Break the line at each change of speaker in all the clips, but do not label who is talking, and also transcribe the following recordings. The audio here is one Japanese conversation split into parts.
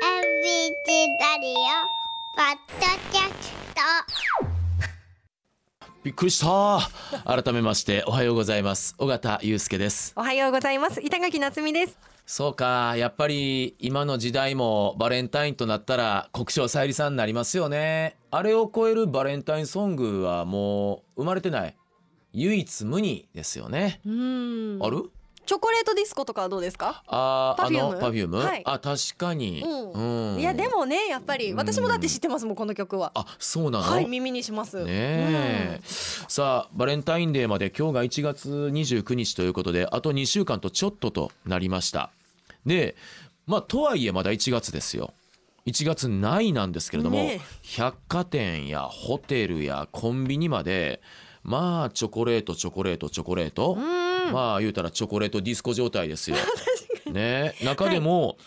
チラリオパッドキャスト
びっくりした改めましておはようございます尾形祐介です
おはようございます板垣夏美です
そうかやっぱり今の時代もバレンタインとなったら国生さゆりさんになりますよねあれを超えるバレンタインソングはもう生まれてない唯一無二ですよね、
うん
ある
チョコレートディスコとかはどうですか
あーあ
Perfume？
のパフューム、
はい
あ確かに、
う
うん
いやでもねやっぱり私もだって知ってますもんこの曲は
あそうなの、
はい耳にします
ねえ、さあバレンタインデーまで今日が1月29日ということであと2週間とちょっととなりましたでまあとはいえまだ1月ですよ1月ないなんですけれども、
ねえ
百貨店やホテルやコンビニまでまあチョコレートチョコレートチョコレート、
うん
まあ言うたらチョコレートディスコ状態です よ。ね中でも、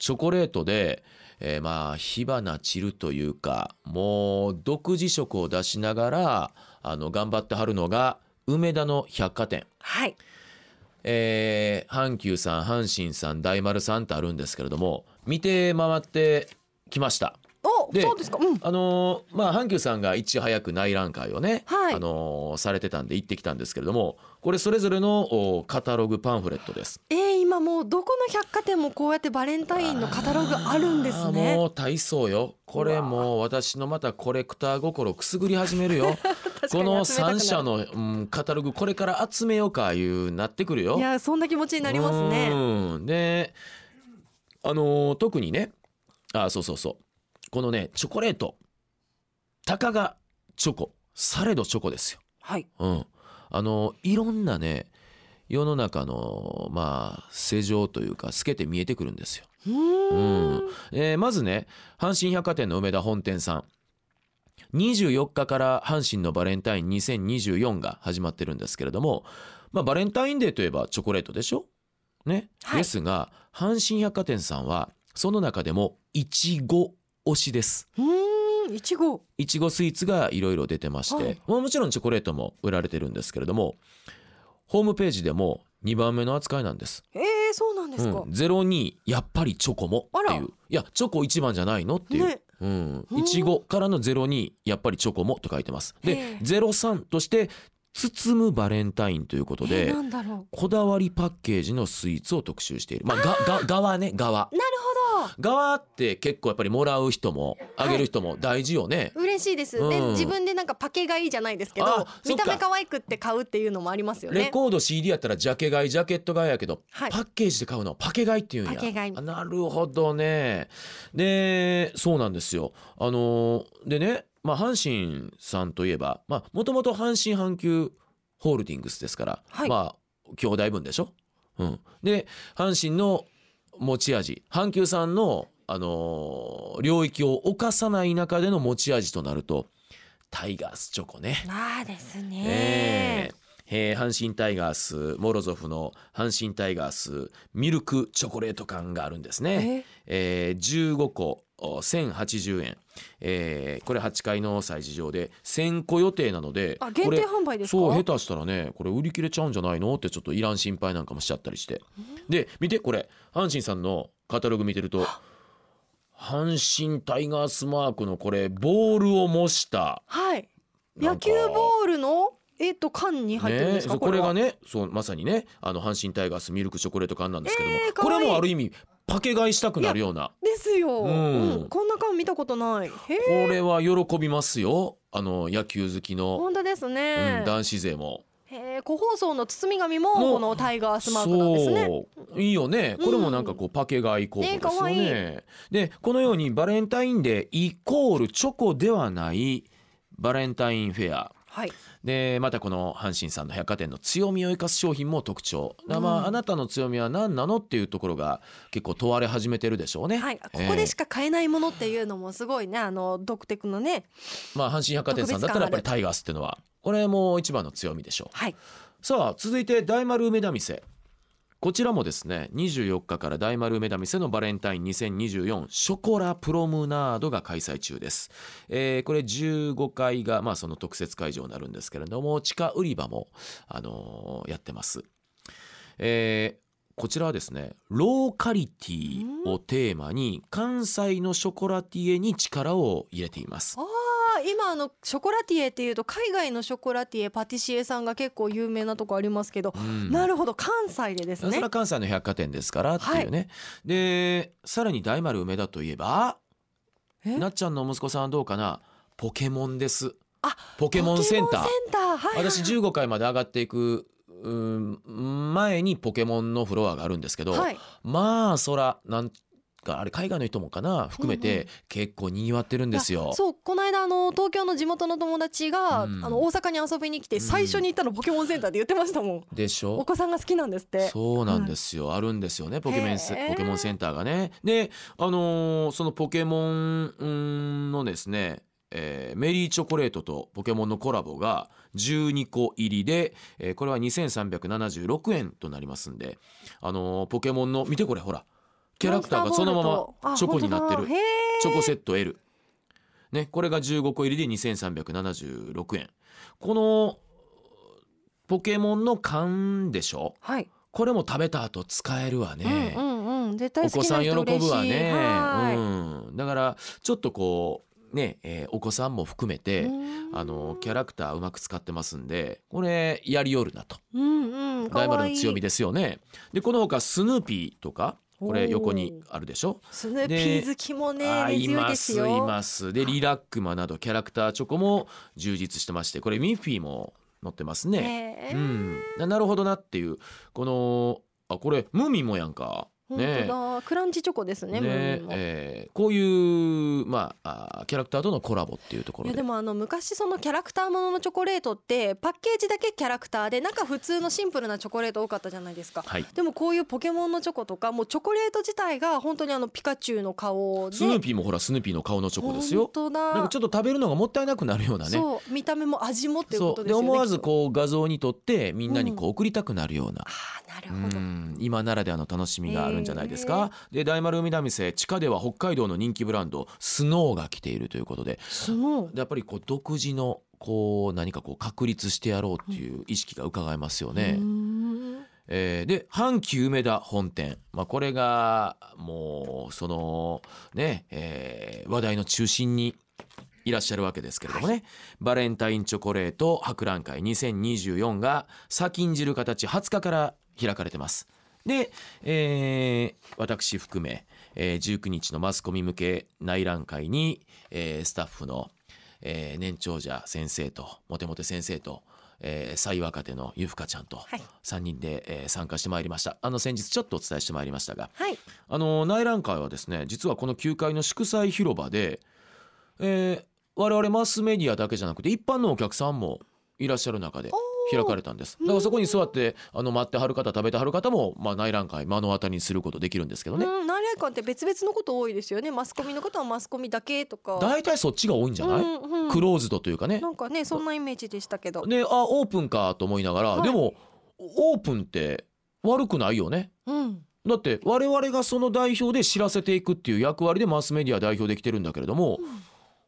チョコレートで、えーまあ火花散るというかもう独自色を出しながらあの頑張ってはるのが梅田の百貨店。
はい
えー阪急さん阪神さん大丸さんってあるんですけれども見て回ってきました。
お
で
そうですかうん
あのーまあ阪急さんがいち早く内覧会をね、
はい
あのーされてたんで行ってきたんですけれどもこれそれぞれのおカタログパンフレットです。
えー、今もうどこの百貨店もこうやってバレンタインのカタログあるんです
あーも
ね
う大層よこれもう私のまたコレクター心くすぐり始める よこの3社
の
の、うん、カタログこれから集めようかいうなってくるよ。
いやそんな気持ちになりますね
うんであのー特にねあそうそうそうこのねチョコレートたかがチョコされどチョコですよ。
はい
うん、あのいろんなね世の中のまあ世情というか透けて見えてくるんですよ。
うーん
うんえーまずね阪神百貨店の梅田本店さん24日から阪神のバレンタイン2024が始まってるんですけれども、まあ、バレンタインデーといえばチョコレートでしょね、
はい
ですが阪神百貨店さんはその中でもいちご推しです。
うーんいちご
いちごスイーツがいろいろ出てまして、
はい
まあもちろんチョコレートも売られてるんですけれどもホームページでも2番目の扱いなんです。
えー、そうなんですか、
うん、02やっぱりチョコもってい
あら
ういやチョコ1番じゃないのっていう、
ね
うん
うん
いちごからの02やっぱりチョコもと書いてます
へ
で
え
03として包むバレンタインということ
えー
で、
なんだろ
こだわりパッケージのスイーツを特集しているまあがが側ね側
うなるほど
側って結構やっぱりもらう人もあげる人も大事よね、
嬉しいです、
うん
で自分でなんかパケ買いじゃないですけ
あ
ど
そっ
見
か
た目可愛くって買うっていうのもありますよ
レ
ね
コード CD やったらジャケ買いジャケット買いやけど、
はい
パッケージで買うのパケ買いっていうんや
パケ買い
あなるほどねでそうなんですよあのーでね、まあ、阪神さんといえばもともと阪神阪急ホールディングスですから、
はい
まあ兄弟分でしょ、うん、で阪神の持ち味阪急さんの、あのー領域を侵さない中での持ち味となるとタイガースチョコね。
ああです
え
ね
えー阪神タイガースモロゾフの阪神タイガースミルクチョコレート缶があるんですね、えー15個お1080円、えーこれ8階の催事場で1000個予定なので
あ限
これ
定販売ですか
そう下手したらねこれ売り切れちゃうんじゃないのってちょっといらん心配なんかもしちゃったりしてで見てこれ阪神さんのカタログ見てると阪神タイガースマークのこれボールを模した
はい
なん
野
か
球ボールのえっと缶に入ってるんですか、
ねえそう
こ
こ
れ
れ
は
がねそうまさにねあの阪神タイガースミルクチョコレート缶なんですけども、
えーか
こ
わいい
れもある意味パケ買いしたくなるような
ですよ、
う
うんんこんな缶見たことないへ
こ
え
れは喜びますよあの野球好きの、
本当です
う
ね
ん、、男子勢も。
へえ個包装の包み紙も
もう
このタイガースマークなんですね
そういいよねこれもなんかこうパケ買い候補ですよね。でこのようにバレンタインデーイコールチョコではないバレンタインフェア
はい
でまたこの阪神さんの百貨店の強みを生かす商品も特徴、だからま
うん
ああなたの強みは何なのっていうところが結構問われ始めてるでしょうね、
はいここでしか買えないものっていうのもすごいねあの独特のね
まあ、阪神百貨店さんだったらやっぱりタイガースっていうのはこれも一番の強みでしょう
はい
さあ続いて大丸梅田店こちらもですね24日から大丸梅田店のバレンタイン2024ショコラプロムナードが開催中です、えーこれ15階が、まあ、その特設会場になるんですけれども地下売り場も、あのーやってます、えーこちらはですねローカリティをテーマに関西のショコラティエに力を入れています
ああ今あのショコラティエっていうと海外のショコラティエパティシエさんが結構有名なとこありますけど、
うん
なるほど関西でです
それ
ね
は関西の百貨店ですからっていうね、でさらに大丸梅田といえば
え
なっちゃんの息子さんはどうかなポケモンです
あ
ポケモンセンター
ポケモンセンターはいはい
私15回まで上がっていくうん前にポケモンのフロアがあるんですけど、
はい
まあそらなんかあれ海外の人もかな含め
うんう
て結構にぎわってるんです
い
よ
や。そうこの間あの東京の地元の友達が、
うん
あの大阪に遊びに来て
うん
最初に行ったのポケモンセンターで言ってましたもん、
でし
お
ょ
子さんが好きなんですって
そうなんですよ、あるんですよねポケモンセ
へー
ポケモンセンターがね。であのーそのポケモンうんのですね、えーメリーチョコレートとポケモンのコラボが12個入りで、えーこれは2376円となりますんで、あのーポケモンの見てこれほらキャラクターがそのままチョコになってるチョコセット L。ね、これが15個入りで2376円。このポケモンの缶でしょ
はい、
これも食べた後使えるわね。
うんうんうん絶対
お
好
子
き
さ
なん
喜
人嬉しい
ぶわね。
はい
うん、だからちょっとこうね、えーお子さんも含めて、
うん
あのキャラクターうまく使ってますんでこれやりよるなと
うんうん
大丸の強み
で
ですよね。でこのほかスヌーピーとかこれ横に
お
あるでしょ
スヌーピ
で
ー好きもね
あ
根
い
強い
ま
ですす
い
よ
ますでリラックマなどキャラクターチョコも充実してましてこれミッフィーも載ってますね、
ねえ
うんななるほどなっていうこのあこれムーミンもやんか
本
ね
当だクランチチョコですねムーミンも
えーこういう、まあ、あキャラクターとのコラボっていうとこ
い
ろ
や
で
でもあの昔そのキャラクターもののチョコレートってパッケージだけキャラクターで中普通のシンプルなチョコレート多かったじゃないですか
はい、
でもこういうポケモンのチョコとかもうチョコレート自体が本当にあのピカチュウの顔で
スヌーピーもほらスヌーピーの顔のチョコですよ
本当だ
なんかちょっと食べるのがもったいなくなるようなね
そう見た目も味もっていうこ
そ
と
う
です
で
よね
思わず
う
こう画像に撮ってみんなにこう送りたくなるような
あーなる
う
ほど
ん今ならではの楽しみがあるんじゃないですか、で大丸海田店地下では北海道の人気ブランドスノーが来ているということで
その
やっぱりこう独自のこう何かこう確立してやろうっていう意識が伺えますよね、えーで阪急梅田本店、まあ、これがもうそのね、えー話題の中心にいらっしゃるわけですけれどもね、バレンタインチョコレート博覧会2024が先んじる形20日から開かれてます。で、えー私含め、えー19日のマスコミ向け内覧会に、えースタッフの、えー年長者先生とモテモテ先生と、えー最若手のゆふかちゃんと
はい
3人で、えー参加してまいりましたあの先日ちょっとお伝えしてまいりましたが
はい
あの内覧会はですね実はこの9階の祝祭広場で、えー我々マスメディアだけじゃなくて一般のお客さんもいらっしゃる中で
おー
開かれたんですだからそこに座ってあの待ってはる方食べてはる方も、まあ、内覧会目の当たりにすることできるんですけどね
うん内覧館って別々のこと多いですよねマスコミのことはマスコミだけとか
大体そっちが多いんじゃない、
うんうん
クローズドというかね
なんかねそんなイメージでしたけど、
であオープンかと思いながら、
はい
でもオープンって悪くないよね
うん、
だって我々がその代表で知らせていくっていう役割でマスメディア代表できてるんだけれども、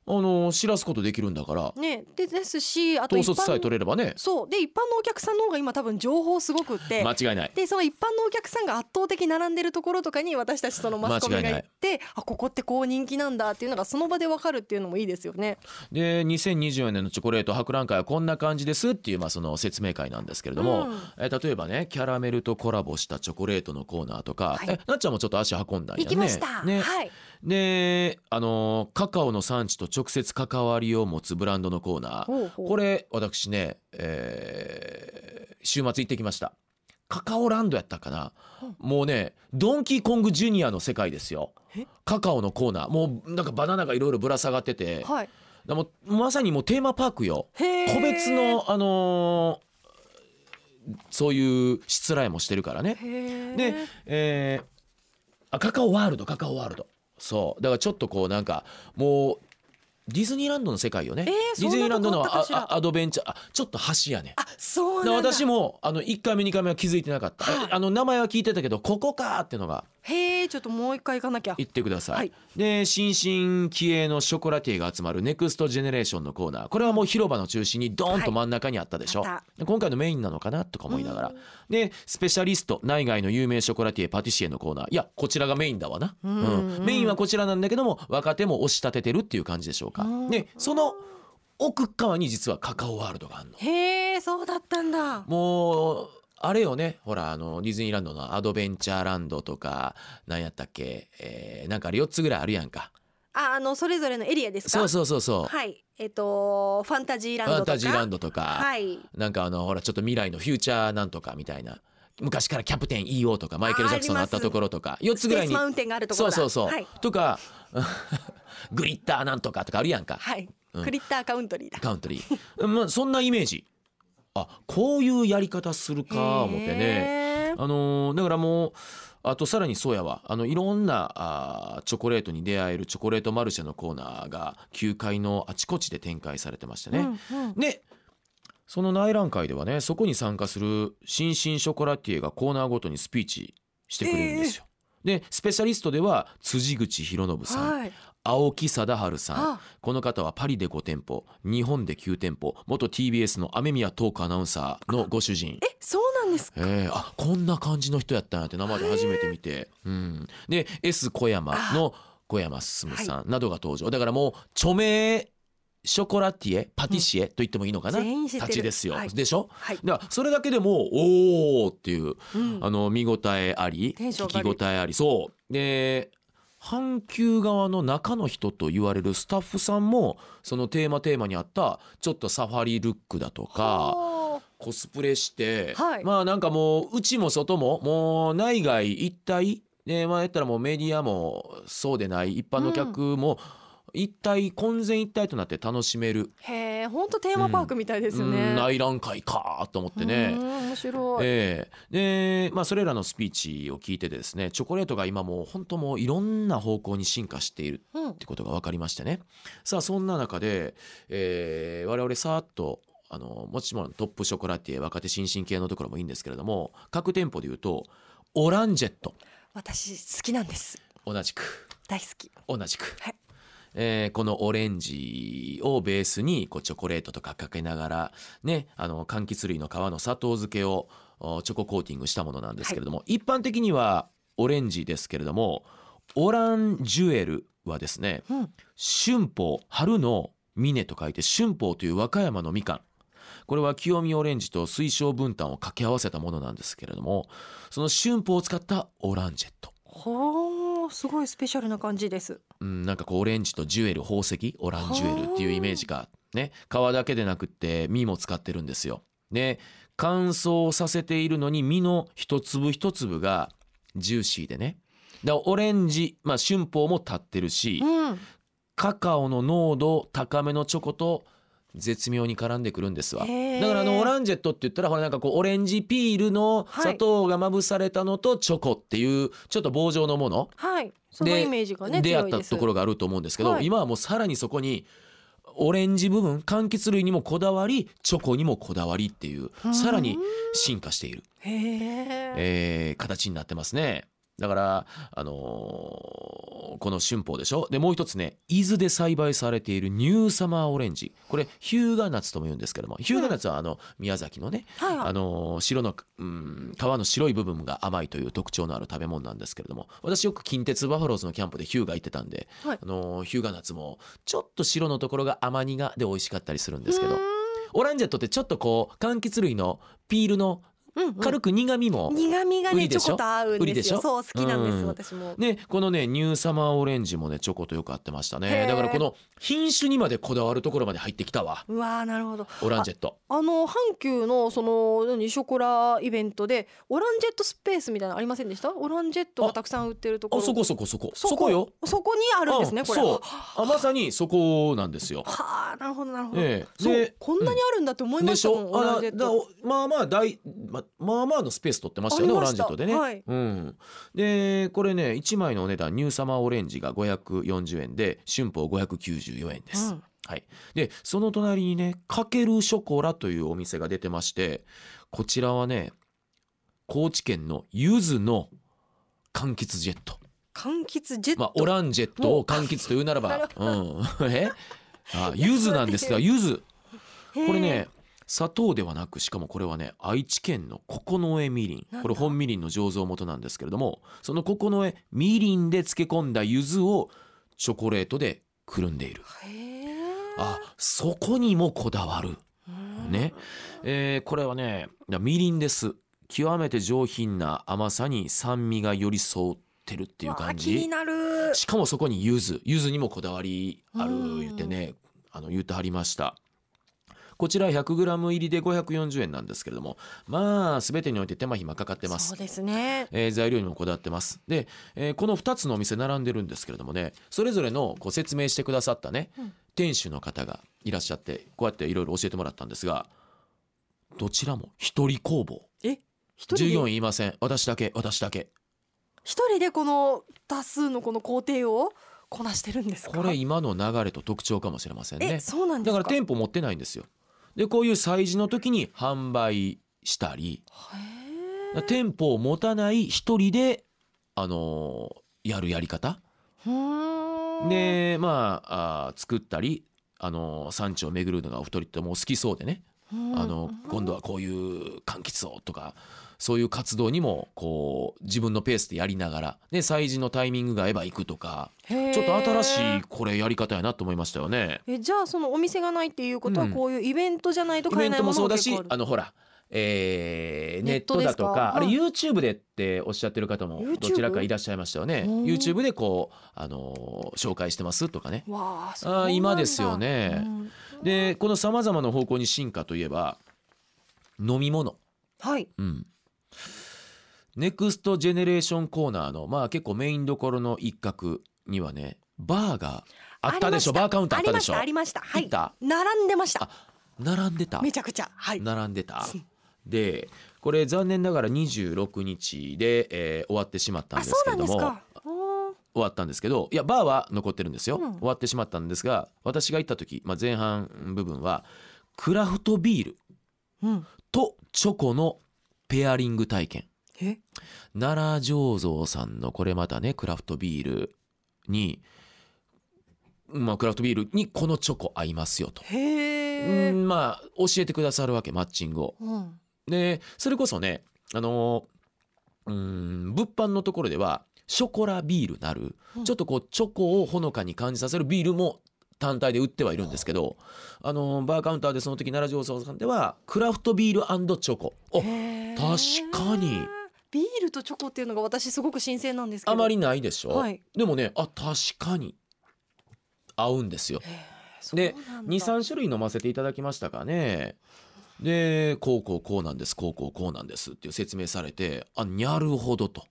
あの知らすことできるんだから
ねでですしあと
統
一
率さえ
般
取れればね
そうで一般のお客さんの方が今多分情報すごくって
間違いない
でその一般のお客さんが圧倒的に並んでるところとかに私たちそのマスコミが
間違いな
行
い
ってあここってこう人気なんだっていうのがその場でわかるっていうのもいいですよね。
で2024年のチョコレート博覧会はこんな感じですっていう、まあ、その説明会なんですけれども、
うん
え例えばねキャラメルとコラボしたチョコレートのコーナーとか、
はい
えなっちゃんもちょっと足運んだんやね。
行きました、
ね
はい
であのカカオの産地と直接関わりを持つブランドのコーナー
ほうほう
これ私ね、えー週末行ってきましたカカオランドやったかな、もうねドンキーコングジュニアの世界ですよ
え
カカオのコーナーもうなんかバナナがいろいろぶら下がってて、
はい、
だもうまさにもうテーマパークよ
へー
個別のあのーそういうしつらえもしてるからね
へー
で、えーあカカオワールドカカオワールドそうだからちょっとこうなんかもうディズニーランドの世界よね、
えー
ディズニーランドの
そんなとこあったかしら
ああアドベンチャーあちょっと橋やね
あそう
だ
なんだ
私もあの1回目2回目は気づいてなかった、あの名前は聞いてたけどここかーってのが
へえちょっともう一回行かなきゃ
行ってください、
はい
で新進気鋭のショコラティエが集まるネクストジェネレーションのコーナーこれはもう広場の中心にドーンと真ん中にあったでしょ、
はいあっ
で今回のメインなのかなとか思いながらでスペシャリスト内外の有名ショコラティエパティシエのコーナーいやこちらがメインだわな、
うんうん
メインはこちらなんだけども若手も押し立ててるっていう感じでしょうか
うん
でその奥側に実はカカオワールドがあるの
へえそうだったんだ
もうあれよねほらあのディズニーランドのアドベンチャーランドとかなんやったっけ、えーなんかあれ4つぐらいあるやんか
ああのそれぞれのエリアですか
そうそうそうそう、
はいえっ、とファンタジーラン
ファ
ドと
ン
か
タジーランドとか、
はい
なんかあのほらちょっと未来のフューチャーなんとかみたいな昔からキャプテン EO とかマイケル・ジャクソンのあったところとか4つ
ス
ぐ
ペ
ら
ー
い
ス
に
マウンテンがあるとこ
そ
ろ
う
だ
そうそう、
はい、
とか グリッターなんとかとかあるやんか
はい
うん
クリッターカウントリーだ
カウントリー、うんまあ、そんなイメージあこういうやり方するか思ってね。
へー
あのーだからもうあとさらにそうやわあのいろんなあーチョコレートに出会えるチョコレートマルシェのコーナーが9階のあちこちで展開されてましてね、
うんうん
でその内覧会ではねそこに参加する新進ショコラティエがコーナーごとにスピーチしてくれるんですよ。でスペシャリストでは辻口博信さん、
はい
青木貞治さん
あ
この方はパリで5店舗日本で9店舗元 TBS の雨宮トークアナウンサーのご主人。
えそうなんですか
えー、あこんな感じの人やったんやって生で初めて見て、うん、で S 小山の小山進さんなどが登場、だからもう著名ショコラティエパティシエと言ってもいいのかな、
全員知ってる
たちですよ、
はい
でしょ
はい、
だからそれだけでもおおっていう
うん
あの見応えあり
テンション
聞
上が
き
る
応えありそうで阪急側の中の人と言われるスタッフさんもそのテーマテーマに合ったちょっとサファリルックだとか。
は
コスプレして、
はい
まあなんかもううちも外ももう内外一体ねまあやったらもうメディアもそうでない一般の客も一体混然一体となって楽しめる、
あへえ本当テーマパークみたいですよね、
うん内覧会かと思ってね
う。ん面白い、
ええでまあ、それらのスピーチを聞いてですねチョコレートが今もう本当もういろんな方向に進化している
うん
ってことが分かりましてねさあそんな中で、えー我々さーっとあのもちろんトップショコラティエ若手新進系のところもいいんですけれども各店舗でいうとオランジェット
私好きなんです
同じく
大好き
同じく、
はい
えーこのオレンジをベースにこうチョコレートとかかけながらねあの柑橘類の皮の砂糖漬けをおチョココーティングしたものなんですけれども、一般的にはオレンジですけれどもオランジュエルはですね
うん
春宝春の峰と書いて春宝という和歌山のみかんこれは清見オレンジと水晶分担を掛け合わせたものなんですけれどもその春宝を使ったオランジェット、
ほーすごいスペシャルな感じです
うん、なんかこうオレンジとジュエル宝石オランジュエルっていうイメージがね皮だけでなくって実も使ってるんですよ。で乾燥させているのに実の一粒一粒がジューシーでねだからオレンジ、まあ、春宝も立ってるし、
うん
カカオの濃度高めのチョコと絶妙に絡んでくるんですわ
へー
だからあのオランジェットって言ったらほらなんかこうオレンジピールの
はい
砂糖がまぶされたのとチョコっていうちょっと棒状のもの
はいその
で
イメージがね
出
強
会っ
い
た
です
ところがあると思うんですけど
はい
今はもうさらにそこにオレンジ部分柑橘類にもこだわりチョコにもこだわりっていう
うん
さらに進化している
へえ
えー形になってますね。だから、あのーこの春宝でしょでもう一つね伊豆で栽培されているニューサマーオレンジこれ日向夏とも言うんですけども日向夏はあの宮崎のね、
はい
あのー白の、うん、皮の白い部分が甘いという特徴のある食べ物なんですけれども私よく近鉄バファローズのキャンプで日向行ってたんで、
はい
あのー日向夏もちょっと白のところが甘苦で美味しかったりするんですけどオランジェットってちょっとこう柑橘類のピールの
うんうん
軽く苦みも、
苦味が
ウリ
ねチ
でしょ
ョコと合うん
ウリで
で
し
す
ょ
よそう好きなんです、
うん
私も
ね、このねニューサマーオレンジもねチョコとよく合ってました
へ
ね
ー
だからこの品種にまでこだわるところまで入ってきたわ
うわーなるほど
オランジェット
あの阪急のその何ショコライベントでオランジェットスペースみたいなのありませんでしたオランジェットがたくさん売ってるとこ
あ
ろ
そこそこそこそこよ
そこにあるんですね、
うん
これ
そう
は
あまさにそこなんですよ
あなるほどなるほど、
ええ
そう
で
こんなにあるんだって思いま
で
し
した
もん、
ょ
オラ
あ
ンジェッ
だ
ト
まあまあ大ままあまあのスペース取ってましたよね
あ
オ
りま
ラン
し
ジェ
た
ットでね、
はい
うん、でこれね1枚のお値段ニューサマーオレンジが540円で春宝594円です、
うん
はい、でその隣にねかけるショコラというお店が出てましてこちらはね高知県のゆずの柑橘ジェット
柑橘ジェット、
まあオランジェットを柑橘というなら
なる
ば、うん、えあ柚子なん ですが柚子これね砂糖ではなくしかもこれはね愛知県の九重みり
なん
ん
だ
これ本みりんの醸造元なんですけれどもその九重みりんで漬け込んだ柚子をチョコレートでくるんでいる
へえ
あそこにもこだわるね、えーこれはねみりんです極めて上品な甘さに酸味が寄り添ってるっていう
わあ
感
気に
じ
なる
しかもそこに柚子柚子にもこだわりあ
うん
る言ってねあの言うてはりましたこちら 100g 入りで540円なんですけれどもまあ全てにおいて手間暇かかってます
そうですね
えー材料にもこだわってますで、えーこの2つのお店並んでるんですけれどもねそれぞれのこう説明してくださったね、
うん
店主の方がいらっしゃってこうやっていろいろ教えてもらったんですがどちらも一人工房
え一
従
人
業
で
員いません私だけ私だけ
一人でこの多数のこの工程をこなしてるんですか
これ今の流れと特徴かもしれません
え、
ね
そうなんで
だ
す
か
から
店舗持ってないんですよでこういう催事の時に販売したり
へ
だから店舗を持たない一人であのーやるやり方
ーうーん
でまああー作ったりあのー産地を巡るのがお二人ってもう好きそうでね、
うん
あの今度はこういう柑橘をとかそういう活動にもこう自分のペースでやりながらで催事のタイミングが合えば行くとか
へー
ちょっと新しいこれやり方やなと思いましたよね。
えじゃあそのお店がないっていうことは
うん
こういうイベントじゃないと
イ
買
ベ
え
ン
ない
ト
も
も
の
そ
も
うだ
結構
し
ある
あのほらえー
ネ
ネ
ッ
ッ
ト
ト
です
だ
か
とかあれ
はい
YouTube でっておっしゃってる方も
YouTube？
どちらかいらっしゃいましたよね
うん
YouTube でこうあのー紹介してますとかね
わあそうなんだ
今ですよね
うん
でこのさまざまな方向に進化といえば飲み物、
はい
うん、ネクストジェネレーションコーナーのまあ結構メインどころの一角にはねバーがあったでしょ
りま
バーカウンターあったでしょ
ありましたあ
行っ
りましたはい
た
並んでました
並んでた
めちゃくちゃはい
並んでたでこれ残念ながら26日で、えー終わってしまったん
あ
で
そ
す
う
け
な
れ
ん
ど
です
も
かおー
終わったんですけどいやバーは残ってるんですよ、
うん
終わってしまったんですが私が行った時、まあ、前半部分はクラフトビール
うん
とチョコのペアリング体験
え
奈良醸造さんのこれまたねクラフトビールにまあクラフトビールにこのチョコ合いますよと、
へえ
うんまあ教えてくださるわけマッチングを
うん
でそれこそねあのうん物販のところではショコラビールなる、
うん
ちょっとこうチョコをほのかに感じさせるビールも単体で売ってはいるんですけど、あのバーカウンターでその時奈良醸造さんではクラフトビールチョコお
へー
確かに
ビールとチョコっていうのが私すごく新鮮なんですけど
あまりないでしょ、
はい
でもねあ確かに合うんですよで23種類飲ませていただきましたかねでこうこうこうなんですこうこうこうなんですっていう説明されてあにゃるほどと、あ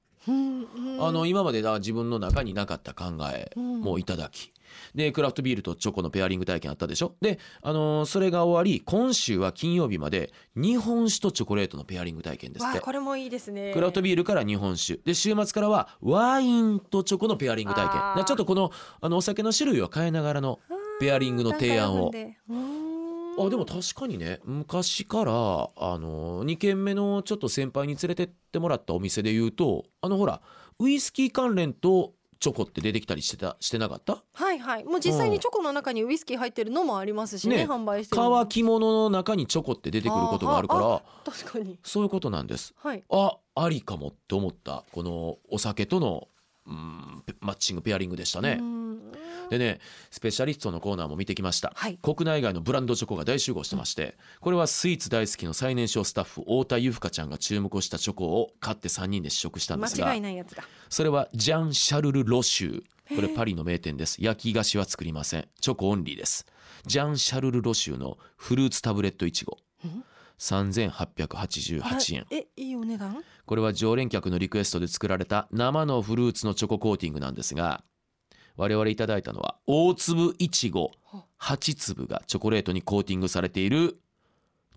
あ
の今までだ自分の中になかった考えもいただき、でクラフトビールとチョコのペアリング体験あったでしょで、あのーそれが終わり今週は金曜日まで日本酒とチョコレートのペアリング体験ですっ
わあ
て
これもいいですね
クラフトビールから日本酒で週末からはワインとチョコのペアリング体験
あー
なちょっとこのあのお酒の種類を変えながらのペアリングの提案を
段階分でうーん
あでも確かにね昔からあの2軒目のちょっと先輩に連れてってもらったお店で言うとあのほらウイスキー関連とチョコって出てきたりしてたしてなかった
はいはいもう実際にチョコの中にウイスキー入ってるのもありますしね
ね
販売してるの
乾き物の中にチョコって出てくることがあるか
あ
ら
確かに
そういうことなんです
はい
あありかもって思ったこのお酒とのうんペマッチングペアリングでしたね
うー。ん
でねスペシャリストのコーナーも見てきました、
はい
国内外のブランドチョコが大集合してましてこれはスイーツ大好きの最年少スタッフ太田由布香ちゃんが注目をしたチョコを買って3人で試食したんですが
間違いないやつだ
それはジャン・シャルル・ロシューこれパリの名店です焼き菓子は作りませんチョコオンリーですジャン・シャルル・ロシューのフルーツタブレットいちご
うん
3888円
あえいいお値段
これは常連客のリクエストで作られた生のフルーツのチョココーティングなんですが我々いただいたのは大粒いちご8粒がチョコレートにコーティングされている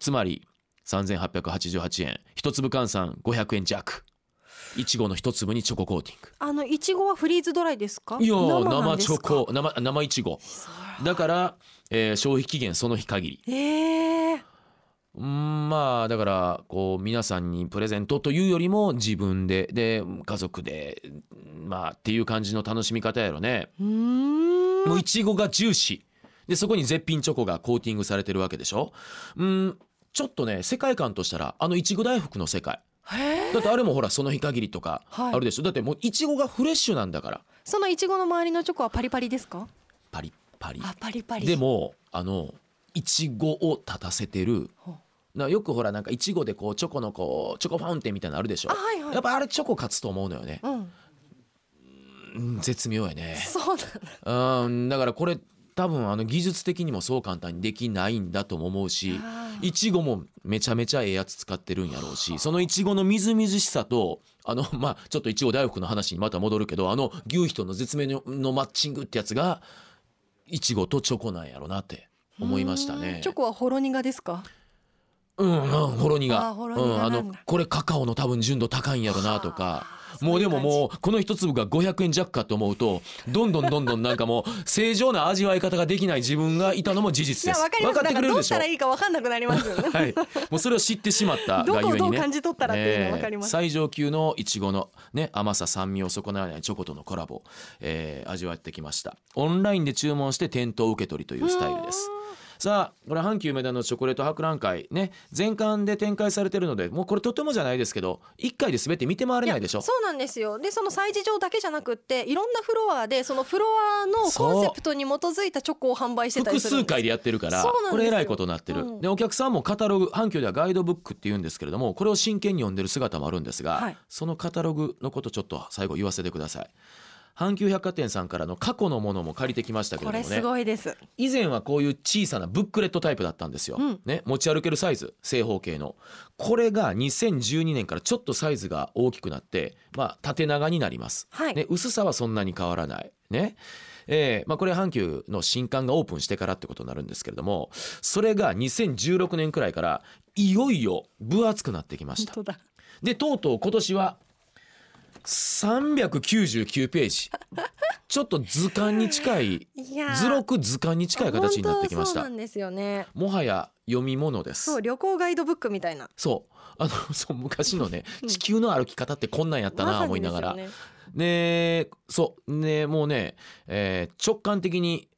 つまり3888円1粒換算500円弱いちごの1粒にチョココーティング
あのいちごはフリーズドライですか
いやー生
なんです
チ
か
ョコ生生いちご
そう
だから、えー消費期限その日限り
ええ
うんまあだからこう皆さんにプレゼントというよりも自分でで家族でまあっていう感じの楽しみ方やろね。
うーん
もういちごがジューシーでそこに絶品チョコがコーティングされてるわけでしょうんちょっとね世界観としたらあのいちご大福の世界
へえ
だってあれもほらその日限りとか
はい
あるでしょ、だってもういちごがフレッシュなんだから
そのいちごの周りのチョコはパリパリですか
パリッパリ
あパリパリ
でもあのいちごを立たせてる
ほう
なよくほらなんかいちごでこうチョコのこうチョコファウンテンみたいなのあるでしょ
あはいはい
やっぱあれチョコ勝つと思うのよね、
うん
うん絶妙やね
そうだ
うんだからこれ多分あの技術的にもそう簡単にできないんだとも思うし
あー
いちごもめちゃめちゃええやつ使ってるんやろうしそのいちごのみずみずしさとあの まあちょっといちご大福の話にまた戻るけどあの牛皮との絶妙ののマッチングってやつがいちごとチョコなんやろなって思いました
うー
ね
んチョコはほろ苦ですか
うんうんほろ苦
あほろ
う
苦
ん、あ
なん
の
だ
これカカオの多分純度高いんやろなとか
はあ
もうでも
そうい
もうこの一粒が500円弱かと思うとどんどんどんどんなんかもう正常な味わい方ができない自分がいたのも事
い
実で
や
す
わかりま
分
す
かっ
だ
て
か
くれる
らど
で
う
し
し
ょ
たらいいかわかんなくなりますよ ね
はい、もうそれを知ってしまった
ど
がゆ
こを
え
ど
に
う
ね
感じ取ったらっていうのわかります、
え最上級のいちごの、ね、甘さ酸味を損なわないチョコとのコラボ、えー味わってきましたオンラインで注文して店頭受け取りというスタイルですさあこれ阪急梅田のチョコレート博覧会ね全館で展開されてるのでもうこれとてもじゃないですけど1回で全て見て回れないでしょ
そうなんですよでその催事場だけじゃなくっていろんなフロアでそのフロアのコンセプトに基づいたチョコを販売してた
複
りす
数
るんです
回でやってるから
そうなんですよ
これえらいことになってる、
うん
でお客さんもカタログ阪急ではガイドブックって言うんですけれどもこれを真剣に読んでる姿もあるんですが、
はい
そのカタログのことちょっと最後言わせてください阪急百貨店さんからの過去のものも借りてきましたけれ
こ
ど
れ
も
す
ね
ごいです
以前はこういう小さなブックレットタイプだったんですよ、
うん
ね、持ち歩けるサイズ正方形のこれが2012年からちょっとサイズが大きくなって、まあ、縦長になります
はい、
ね、薄さはそんなに変わらない。ねえーまあ、これ阪急の新館がオープンしてからってことになるんですけれどもそれが2016年くらいからいよいよ分厚くなってきまし
本
た。
当だ
でとうとう今年は399ペー ジちょっと図鑑に近い
いやー
図録図鑑に近い形になってきまし
本当そ
た
うなんですよね
もはや読み物です
そう旅行ガイドブックみたいな
そうあのそう昔のね
うん
地球の歩き方ってこんなんやったな思いながら
まさにですよね
でそうねもうね、えー直感的に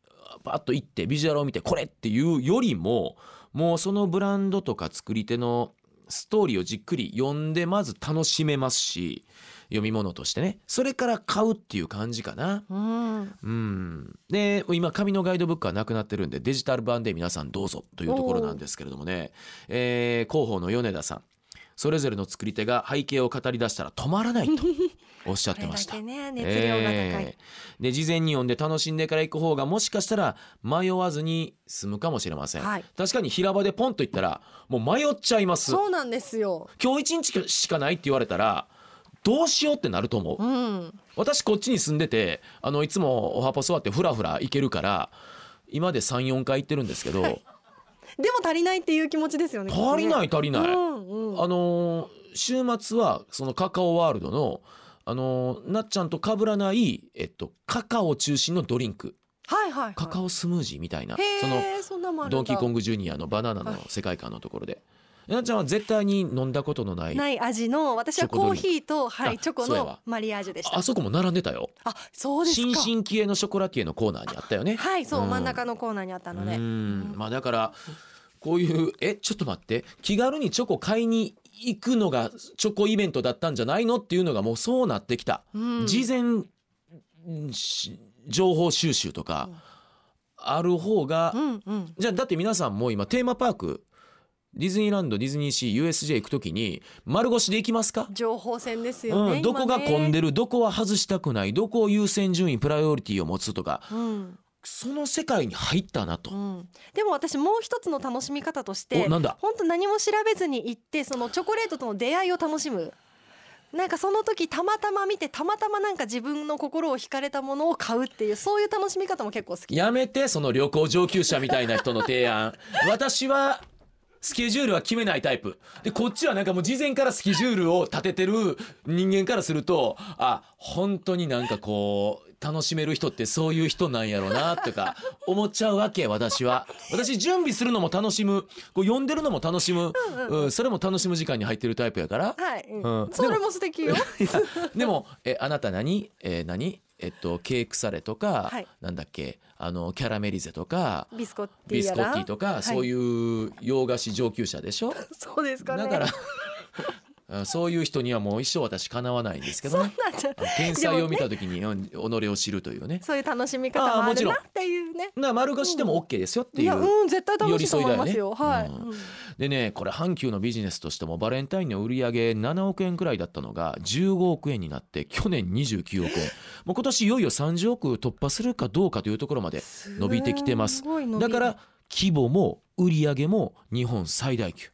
パッと行ってビジュアルを見てこれっていうよりももうそのブランドとか作り手のストーリーをじっくり読んでまず楽しめますし読み物としてねそれから買うっていう感じかな。
うん
うん、で今紙のガイドブックはなくなってるんでデジタル版で皆さんどうぞというところなんですけれどもね、えー広報の米田さんそれぞれの作り手が背景を語り出したら止まらない とおっしゃっ
こ
て
れ
ま
だ
した
け。ね熱量が高い、
えーで事前に読んで楽しんでから行く方がもしかしたら迷わずに済むかもしれません、
はい
確かに平場でポンと行ったらもう迷っちゃいます
そうなんですよ
今日一日しかないって言われたらどうしようってなると思う
うん
私こっちに住んでてあのいつもおはぽ座ってフラフラ行けるから今で34回行ってるんですけど、
でも足りないっていう気持ちですよね
足りないい足りない、
うんうん、
あのー週末はそのカカオワールドのあのーなっちゃんと被らない、えっと、カカオ中心のドリンク
はいはい、はい、
カカオスムージーみたいなその
へえそんなもんあるんだ
ドンキーコングジュニアのバナナの世界観のところでなっちゃんは絶対に飲んだことのない
ない味の私は
チョコ
コ
ド
ー
リンク
ヒーとはい
あ
チョコ
そうや
の
わ
マリアージュでした
あそこも並んでたよ
あそうですか
新進気鋭のショコラ系のコーナーにあったよね
はいそう、
うん
真ん中のコーナーにあったので、
うんまあだからこういうえちょっと待って気軽にチョコ買いに行くのがチョコイベントだったんじゃないのっていうのがもうそうなってきた、
うん
事前うんし情報収集とかある方が、
うんうん
じゃあだって皆さんも今テーマパークディズニーランドディズニーシー USJ 行く時に丸腰で行きますか
情報戦ですよ
う
ね、
ん、どこが混ん
で、
でるどこは外したくないどこを優先順位プライオリティを持つとか
うん
その世界に入ったなと
う。ん、でも私もう一つの楽しみ方として
おなんだ
本当何も調べずに行ってそのチョコレートとの出会いを楽しむなんかその時たまたま見てたまたまなんか自分の心を惹かれたものを買うっていうそういう楽しみ方も結構好き
やめてその旅行上級者みたいな人の提 案私はスケジュールは決めないタイプでこっちはなんかもう事前からスケジュールを立ててる人間からするとあ本当になんかこう楽しめる人ってそういう人なんやろうなと か思っちゃうわけ私は私準備するのも楽しむこう読んでるのも楽しむ、うん、それも楽しむ時間に入ってるタイプやから
はい、うん
うん
それも素敵よ。
いやでもえあなた何えー何えっとケークサレとか、
はい
なんだっけあのキャラメリゼとか
ビスコッテ
ビ
ィ
ス
や
コッ
ら。
ティとか、そう
う。
いう洋菓子上級者でしょ
そうですかね。
だからあ そういう人にはもう一生私かなわないんですけどね
なんじゃ
あの天才を見た時にうん己を知るというね
そういう楽しみ方
あー
もあ
もち
る
ろん
なっていうね。
な丸菓子でも OK ですよって
い
い
や、
う。
うん、絶対楽しいと思いますよ。
寄り添いだ
は
よ
い、
ね
うん
でねこれ阪急のビジネスとしてもバレンタインの売り上げ7億円くらいだったのが15億円になって去年29億円もう今年いよいよ30億突破するかどうかというところまで伸びてきてます
ごい伸び
だから規模も売り上げも日本最大級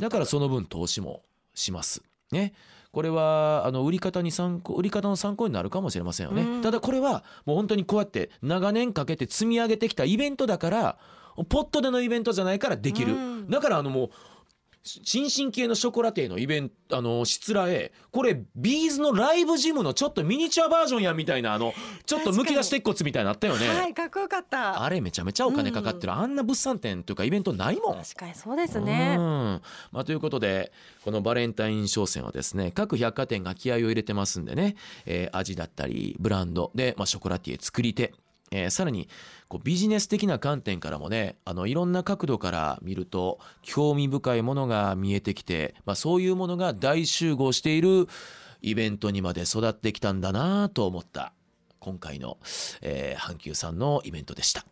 だからその分投資もしますねこれはあの売り方に参考売り方の参考になるかもしれませんよね、
うん
ただこれはもう本当にこうやって長年かけて積み上げてきたイベントだからポットでのイベントじゃないからできる、
うん
だからあのもうし新進系のショコラティエのイベントあのしつらえこれビーズのライブジムのちょっとミニチュアバージョンやみたいなあのちょっとむき出し鉄骨みたいなのあったよね、
はい、かっこよかった。
あれめちゃめちゃお金かかってる、あんな物産展というかイベントないもん。
確かにそうです
う
ね。
んまあ、ということでこのバレンタイン商戦はですね各百貨店が気合を入れてますんでね、えー味だったりブランドで、まあ、ショコラティエ作り手、えーさらにこうビジネス的な観点からもねあのいろんな角度から見ると興味深いものが見えてきて、まあ、そういうものが大集合しているイベントにまで育ってきたんだなと思った今回の、えー阪急さんのイベントでした。